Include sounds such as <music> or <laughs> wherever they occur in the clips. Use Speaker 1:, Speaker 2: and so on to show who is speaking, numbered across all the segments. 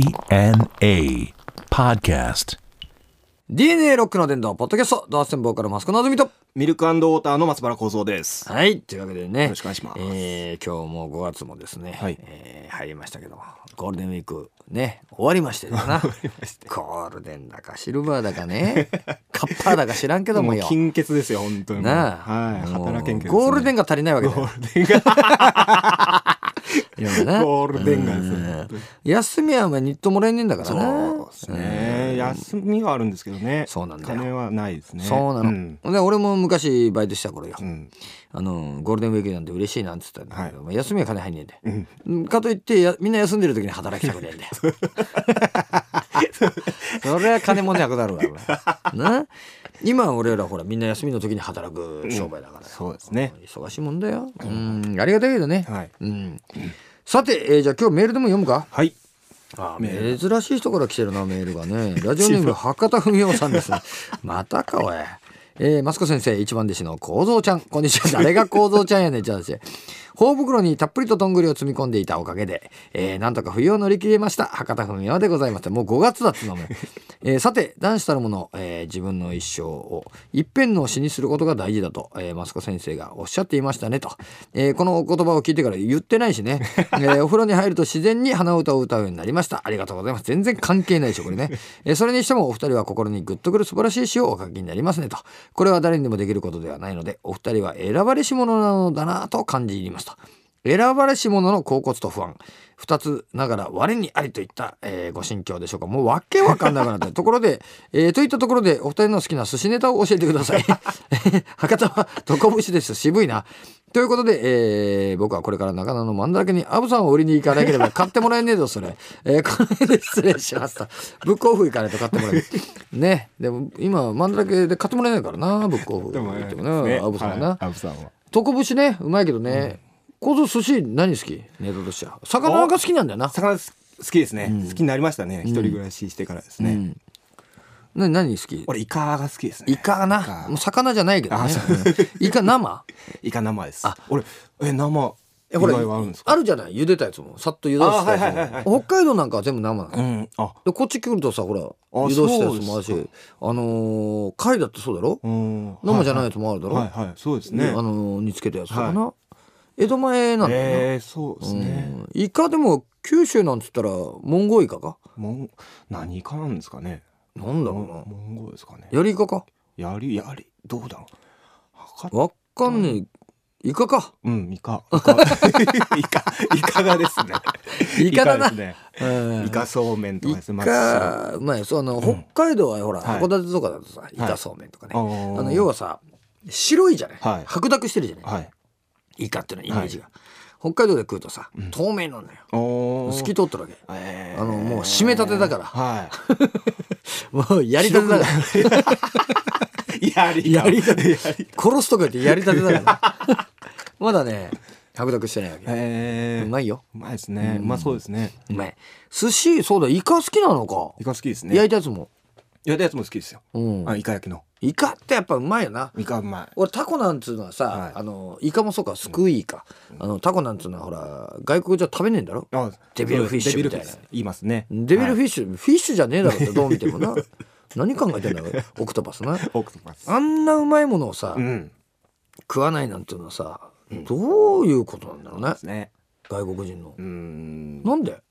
Speaker 1: DNA Podcast.
Speaker 2: DNA ロックの伝道ポッドキャストドアステンボーカルマスコナズミと
Speaker 3: ミルクウォーターの松原幸三です。
Speaker 2: はいというわけでね
Speaker 3: よろしくお願いします
Speaker 2: えー今日も5月もですね、
Speaker 3: はい
Speaker 2: えー入りましたけどもゴールデンウィークね終わりましてる
Speaker 3: <laughs>
Speaker 2: なゴールデンだかシルバーだかね <laughs> カッパーだか知らんけども
Speaker 3: もう
Speaker 2: よ
Speaker 3: 金欠ですよ、本当に。
Speaker 2: なあ、
Speaker 3: はい、
Speaker 2: もう
Speaker 3: 働けんけど、
Speaker 2: ゴールデン
Speaker 3: ン。
Speaker 2: が足りないわけだ
Speaker 3: ゴ
Speaker 2: よ
Speaker 3: ールデンが。
Speaker 2: <laughs> いろいろな
Speaker 3: ゴールデンがです
Speaker 2: うん
Speaker 3: ね本当に
Speaker 2: 休みはお前ニットもらえねえんだからな
Speaker 3: そうですね。休みはあるんですけどね。
Speaker 2: そうなんだよ
Speaker 3: 金はないですね。
Speaker 2: そうなの、
Speaker 3: ん
Speaker 2: で俺も昔バイトした頃よ、
Speaker 3: うん
Speaker 2: あのゴールデンウィークなんて嬉しいなんつったんだけど、まあ休みは金入んねえんで、
Speaker 3: ん
Speaker 2: うんかといってやみんな休んでる時に働きたくねえんだよ
Speaker 3: <laughs>
Speaker 2: それは金もなくなるわ俺な今俺らほらみんな休みの時に働く商売だから、
Speaker 3: そうですね。
Speaker 2: 忙しいもんだようんありがたいけどね、
Speaker 3: はい
Speaker 2: うん、さて、えーじゃあ今日メールでも読むか
Speaker 3: はい。
Speaker 2: あ
Speaker 3: メー
Speaker 2: 珍しい人から来てるなメールがねラジオネ
Speaker 3: <laughs>
Speaker 2: ーム博多文雄さんですねまたかおいえー、マスコ先生一番弟子の構造ちゃんこんにちは誰が構造ちゃんやね
Speaker 3: <laughs>
Speaker 2: んじゃあ頬袋にたっぷりとどんぐりを積み込んでいたおかげで、えー、なんとか冬を乗り切れました博多文雄でございましたもう5月だっつうのも、えー、さて男子たるもの、えー、自分の一生を一辺の詩にすることが大事だと、えー、マスコ先生がおっしゃっていましたねと、えー、このお言葉を聞いてから言ってないしね、えー、お風呂に入ると自然に鼻歌を歌うようになりましたありがとうございます全然関係ないでしょこれね、えー、それにしてもお二人は心にグッとくる素晴らしい詩をお書きになりますねとこれは誰にでもできることではないのでお二人は選ばれし者なのだなと感じ入りました選ばれし者の恍惚と不安二つながら我にありといった、えーご心境でしょうかもうわけわかんなくな
Speaker 3: <laughs>
Speaker 2: ったところで、えーといったところでお二人の好きな寿司ネタを教えてください <laughs> 博多は床節です渋いなということで、えー僕はこれから中野の真ん中にアブさんを売りに行かなけれ
Speaker 3: <laughs>
Speaker 2: ば買ってもらえねえぞそれ、えーこの辺で失礼しましたブックオフ行かないと買ってもらえな
Speaker 3: <laughs>
Speaker 2: いねでも今真ん中で買ってもらえないからなブックオフ
Speaker 3: でも
Speaker 2: 行
Speaker 3: ね、
Speaker 2: ってもな、
Speaker 3: ね
Speaker 2: アブさんはな、
Speaker 3: はいアブさんは。
Speaker 2: 床節ねうまいけどね、小僧寿司何好きネタとしては魚が好きなんだよな
Speaker 3: 魚す好きですね。好きになりましたね。一人暮らししてからですね。
Speaker 2: な何好き
Speaker 3: 俺イカが好きですね。
Speaker 2: イカかなもう魚じゃないけどね
Speaker 3: あそう
Speaker 2: うんイカ
Speaker 3: <laughs>
Speaker 2: 生
Speaker 3: イカ生です。俺え生以
Speaker 2: ほら
Speaker 3: 外はあるんですか。
Speaker 2: あるじゃない茹でたやつもさっと湯通した
Speaker 3: あはいはいはいは
Speaker 2: や
Speaker 3: い
Speaker 2: つも北海道なんかは全部生なの、
Speaker 3: うん。あ。
Speaker 2: でこっち来るとさほら湯通したやつもある
Speaker 3: そ
Speaker 2: し
Speaker 3: うで
Speaker 2: あのー貝だってそうだろ、
Speaker 3: うん。
Speaker 2: 生じゃない
Speaker 3: い。
Speaker 2: やつもあるだろ、
Speaker 3: はいはい。そうですね。
Speaker 2: あのー煮つけたやつとかな、江戸前なんだよな、
Speaker 3: ええそうですね。
Speaker 2: うんイカでも九州なんつったらモンゴウイカか
Speaker 3: モン何イカなんですかね。
Speaker 2: なんだ
Speaker 3: モ
Speaker 2: ろうな
Speaker 3: ンモンゴウですかね。
Speaker 2: ヤリイカか
Speaker 3: やりやりどうだろう。はか
Speaker 2: わっかんねえ。イカか。
Speaker 3: うんイカ <laughs> イカイカイカがですね。
Speaker 2: <laughs> イカだな
Speaker 3: イカですね
Speaker 2: うん
Speaker 3: イカそうめんとかですね。
Speaker 2: イ
Speaker 3: ま
Speaker 2: カうまい。そう、あの、北海道はほら、
Speaker 3: はい
Speaker 2: 函館とかだとさ、イカそうめんとかね。
Speaker 3: あー
Speaker 2: あの、要はさ、白いじゃない。
Speaker 3: はい
Speaker 2: 白濁してるじゃ
Speaker 3: あ
Speaker 2: ない。
Speaker 3: はい。
Speaker 2: イカっていうのイメージが。北海道で食うとさ、透明なんだよ。
Speaker 3: お
Speaker 2: 透
Speaker 3: ー
Speaker 2: き。通ってるわけ。
Speaker 3: え
Speaker 2: あのもう締めたてだから
Speaker 3: は
Speaker 2: もうやりたてだから。
Speaker 3: い。
Speaker 2: <laughs>
Speaker 3: やり
Speaker 2: やりたて
Speaker 3: やり。
Speaker 2: 殺すとか言ってやりたてだ <laughs> から。まだね、白濁してないわけ。
Speaker 3: ええ
Speaker 2: うまいよ。
Speaker 3: うまいですね。うまそうですね。
Speaker 2: うまい。寿司、そうだ、イカ好きなのか
Speaker 3: イ。カ好きですね。
Speaker 2: 焼いたやつも。
Speaker 3: 焼いたやつも好きですよ。
Speaker 2: うん
Speaker 3: あイカ焼きの。
Speaker 2: イカってやっぱうまいよな。
Speaker 3: イカうまい。
Speaker 2: 俺タコなんつうのはさ、
Speaker 3: はい
Speaker 2: あのイカもそうかスクイイカ、あのタコなんつうのはほら外国じゃ食べねえんだろ
Speaker 3: あ
Speaker 2: デビルフィッシュ
Speaker 3: デビルフィッ
Speaker 2: みたいな
Speaker 3: 言いますね。
Speaker 2: デビル
Speaker 3: ィッシ
Speaker 2: フィッシュ、フィッシュじゃねえだろっ
Speaker 3: <laughs>
Speaker 2: てどう見てもな何考えてんだろオクトパスな
Speaker 3: ュ。オクトパス。
Speaker 2: あんなうまいものをさ、
Speaker 3: うん。
Speaker 2: 食わないなんていうのはさどういうことなんだろうね
Speaker 3: ですね。
Speaker 2: 外国人の
Speaker 3: う、ん。
Speaker 2: なんで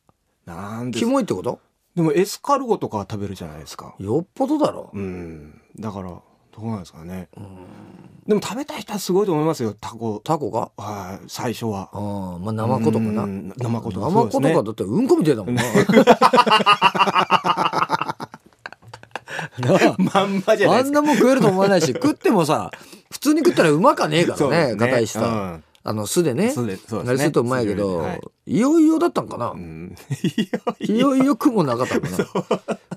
Speaker 3: なんで
Speaker 2: キ。モいってこと
Speaker 3: でもエスカルゴとかは食べるじゃないですか。
Speaker 2: よっぽどだろ、
Speaker 3: うん。だからどうなんですかね。でも食べたい人はすごいと思いますよ。タコ。
Speaker 2: タコが
Speaker 3: はい。最初は。
Speaker 2: ああまあナマコとかな
Speaker 3: うんナマコとか
Speaker 2: ナマコ
Speaker 3: そうです
Speaker 2: か
Speaker 3: ね
Speaker 2: だってうんこみてえだもん
Speaker 3: <laughs>
Speaker 2: ななあ
Speaker 3: まんまじゃない
Speaker 2: あ
Speaker 3: で
Speaker 2: ん
Speaker 3: すか。
Speaker 2: なもん食えると思わ
Speaker 3: <laughs>
Speaker 2: ないし食ってもさ普通に食ったらうまかねえか
Speaker 3: そうで
Speaker 2: らね
Speaker 3: すね
Speaker 2: 硬いし
Speaker 3: う
Speaker 2: さ
Speaker 3: ん
Speaker 2: あの酢でね
Speaker 3: 酢でそうですね
Speaker 2: あれするとうまいけど
Speaker 3: 酢ではい
Speaker 2: いよいよだったんかな
Speaker 3: うん。
Speaker 2: <laughs> いよいよくもなか
Speaker 3: <laughs>
Speaker 2: ったかな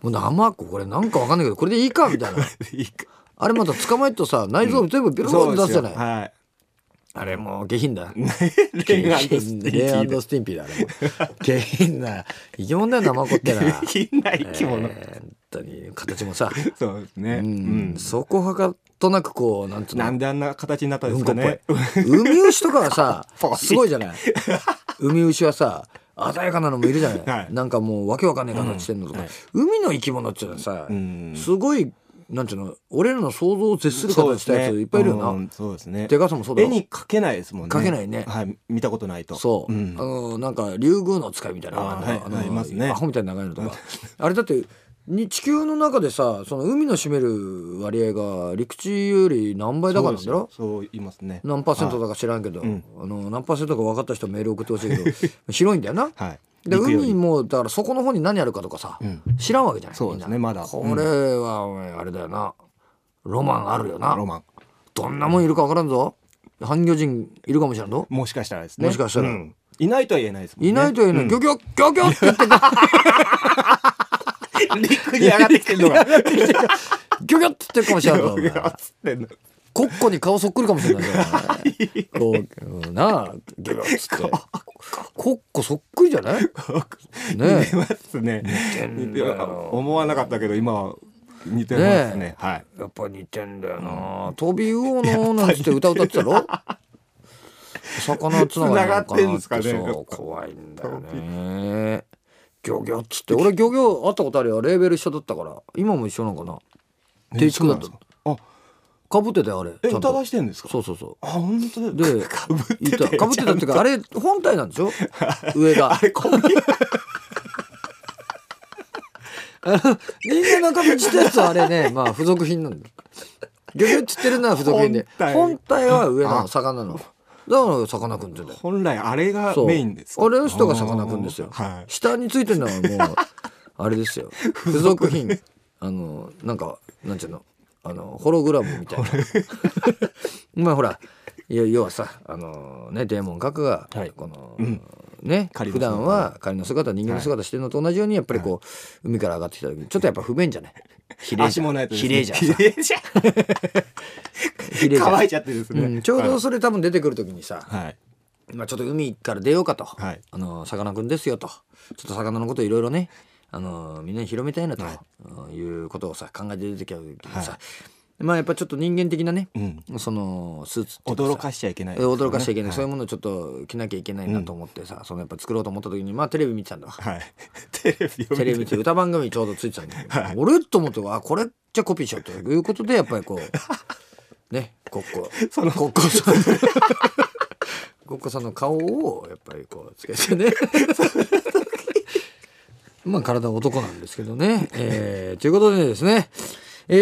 Speaker 2: もう生子これなんかわかんないけどこれでいいかみたい
Speaker 3: <laughs>
Speaker 2: な
Speaker 3: イカ
Speaker 2: あれまた捕まえるとさ内臓全部ビロビロって出すじゃない
Speaker 3: はい。
Speaker 2: あれもう下品だ <laughs>
Speaker 3: レインスティ
Speaker 2: レ
Speaker 3: <laughs>
Speaker 2: イアンド
Speaker 3: ー
Speaker 2: スティンピーだあれも下品な生き物だよ生子ってな
Speaker 3: <laughs> キーな生
Speaker 2: <laughs>
Speaker 3: き物。
Speaker 2: えー本当に形もさ
Speaker 3: そうですね。う
Speaker 2: うんん。そこはかとなくこうなんつうの
Speaker 3: なんであんな形になったんで
Speaker 2: うん
Speaker 3: す
Speaker 2: こ
Speaker 3: か
Speaker 2: っぽい
Speaker 3: ね。。 <laughs>
Speaker 2: ウミウシとかはさ
Speaker 3: ぽ、い
Speaker 2: すごいじゃない。ウミウシはさ、鮮やかなのもいるじゃない、
Speaker 3: はい
Speaker 2: なんかもうわけわかんない形してんのとか、
Speaker 3: うんはい
Speaker 2: 海の生き物っていうのはさ、
Speaker 3: うん
Speaker 2: すごいなんていうの俺らの想像を絶する
Speaker 3: そう
Speaker 2: 形
Speaker 3: で
Speaker 2: し
Speaker 3: す
Speaker 2: た
Speaker 3: ね
Speaker 2: やついっぱいいるよな、
Speaker 3: うんそうですね
Speaker 2: でかさもそうだ
Speaker 3: 絵
Speaker 2: よ
Speaker 3: に描けないですもんね
Speaker 2: 描けないね
Speaker 3: はい見たことないと
Speaker 2: そう、
Speaker 3: ん
Speaker 2: あのなんか竜宮の使いみたいなのがあるの
Speaker 3: あーはい
Speaker 2: あの
Speaker 3: はいいますね
Speaker 2: アホみたいな長いのとかあれだってに地球の中でさその海の占める割合が陸地より何倍だからなんだろ
Speaker 3: そうですよそう言いますね
Speaker 2: 何パーセントだか知らんけど、
Speaker 3: はいうん
Speaker 2: あの何パーセントか分かった人メール送ってほしいけど
Speaker 3: <laughs>
Speaker 2: 広いんだよな、
Speaker 3: はい
Speaker 2: で
Speaker 3: 陸より
Speaker 2: 海もだからそこの方に何あるかとかさ、
Speaker 3: うん
Speaker 2: 知らんわけじゃない
Speaker 3: そうですね
Speaker 2: みんな
Speaker 3: まだ
Speaker 2: これはお前あれだよなロマンあるよな
Speaker 3: ロマン
Speaker 2: どんなもんいるか分からんぞ半魚人いるかもしれんぞ
Speaker 3: もしかしたらですね
Speaker 2: もしかしたら
Speaker 3: うんいないとは言えないですもんね
Speaker 2: いないというの
Speaker 3: う
Speaker 2: に、
Speaker 3: ん
Speaker 2: ギョギョギョギョって言
Speaker 3: <laughs>
Speaker 2: ってた
Speaker 3: 陸に上がってきてるのが
Speaker 2: ギョギョって言ってるかもしれないぞお前
Speaker 3: つってんの
Speaker 2: コッコに顔そっくりかもしれないぞ
Speaker 3: <laughs>
Speaker 2: お前こううんなあギョギョっつってコッコそっくりじゃ
Speaker 3: <laughs>
Speaker 2: ないね
Speaker 3: いますね
Speaker 2: んだよ
Speaker 3: いや思わなかったけど今は似てま
Speaker 2: ね
Speaker 3: すねはい
Speaker 2: えやっぱ似てんだよな飛び魚のなんつって歌歌ってた
Speaker 3: <laughs>
Speaker 2: ろ魚つながりなのか
Speaker 3: 繋がってん
Speaker 2: なっ
Speaker 3: ですか
Speaker 2: て
Speaker 3: ね
Speaker 2: そう怖いんだよねギョギョっつって俺ギョギョ会ったことあるよレーベル一緒だったから今も一緒なんかな定畜だった
Speaker 3: えそうなんですか
Speaker 2: かぶってたよあれ
Speaker 3: あえ
Speaker 2: ちゃん
Speaker 3: 歌
Speaker 2: と
Speaker 3: 出してるんですか
Speaker 2: そうそうそう
Speaker 3: あ本当
Speaker 2: で、
Speaker 3: かぶって
Speaker 2: いた
Speaker 3: て
Speaker 2: かぶってたっていうか、あれ本体なんでし
Speaker 3: <laughs>
Speaker 2: ょ上が。あれ、コン <laughs> ビ。みんな中道したやつはあれね、まあ付属品なんだよ。ギョギョっつってるのは付属品で。
Speaker 3: 本体
Speaker 2: 本体は上なの、
Speaker 3: あ
Speaker 2: 魚の。だから、さかなクンって言うんだよ。
Speaker 3: 本来あれが
Speaker 2: そう。
Speaker 3: メインですか
Speaker 2: あれの人がさかなクンですよ
Speaker 3: あ。ーはい
Speaker 2: 下についてるのはもう、あれ
Speaker 3: <laughs>
Speaker 2: ですよ。付属品。あの、なんか、なんちゅうの。あの、ホログラムみたいな。 <laughs> まあほら、いや要はさ、あのね、デーモン閣が、
Speaker 3: はい
Speaker 2: この、
Speaker 3: ん
Speaker 2: ね、
Speaker 3: 仮の
Speaker 2: 普段は仮の姿、人間の姿してるのと同じように、やっぱりこう、海から上がってきた時に、ちょっとやっぱ不便じゃない比例じ
Speaker 3: <laughs> 足
Speaker 2: ゃ
Speaker 3: も
Speaker 2: ん
Speaker 3: ないとです
Speaker 2: 比
Speaker 3: ね
Speaker 2: 例じゃん
Speaker 3: <laughs> 比例じゃん
Speaker 2: 比例じゃん
Speaker 3: 乾いちゃってですね、
Speaker 2: うんちょうどそれ多分出てくる時にさ、
Speaker 3: はい
Speaker 2: まあ、ちょっと海から出ようかと、
Speaker 3: はい
Speaker 2: あのさかなクンですよとちょっと魚のこといろいろねあのみんなに広めたいなと、
Speaker 3: はい
Speaker 2: いうん、いうことをさ考えて出てきた時にさ、まあやっぱちょっと人間的なね、
Speaker 3: うん
Speaker 2: そのスーツっていう
Speaker 3: 驚
Speaker 2: さ
Speaker 3: かしちゃいけないですね、
Speaker 2: 驚かしちゃいけない、そういう
Speaker 3: は
Speaker 2: ものをちょっと着なきゃいけないなと思ってさ、そのやっぱ作ろうと思った時にまあテレビ見てたんだわ
Speaker 3: はい <laughs> テレビを見て
Speaker 2: テレビ見て歌番組ちょうどついてたんだけど、俺と思ってあこれじゃあコピーしようということでやっぱりこうねコッコ
Speaker 3: <laughs> その
Speaker 2: コッコさんコッコさんの顔をやっぱりこうつけてね <laughs> まあ体は男なんですけどね、えーということでですねえ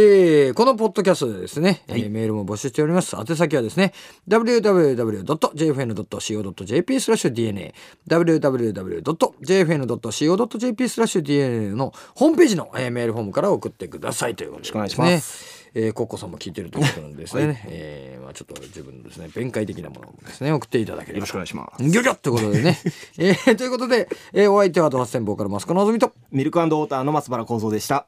Speaker 2: ーこのポッドキャストでですね、えーメールも募集しております。宛先はですね、www.jfn.co.jp スラッシュ DNA、www.jfn.co.jp スラッシュ DNA のホームページの、えーメールフォームから送ってくださいということで。
Speaker 3: よろしくお願いします
Speaker 2: えーコッコさんも聞いてるということなんでですね、えーまあちょっと自分のですね、弁解的なものをですね、送っていただければ。
Speaker 3: よろしくお願いします
Speaker 2: ギョギョってことで
Speaker 3: <laughs>
Speaker 2: ね。えーということで、えーお相手はドハッセンボーカルマスコのぞみと、
Speaker 3: ミルクウォーターの松原幸三でした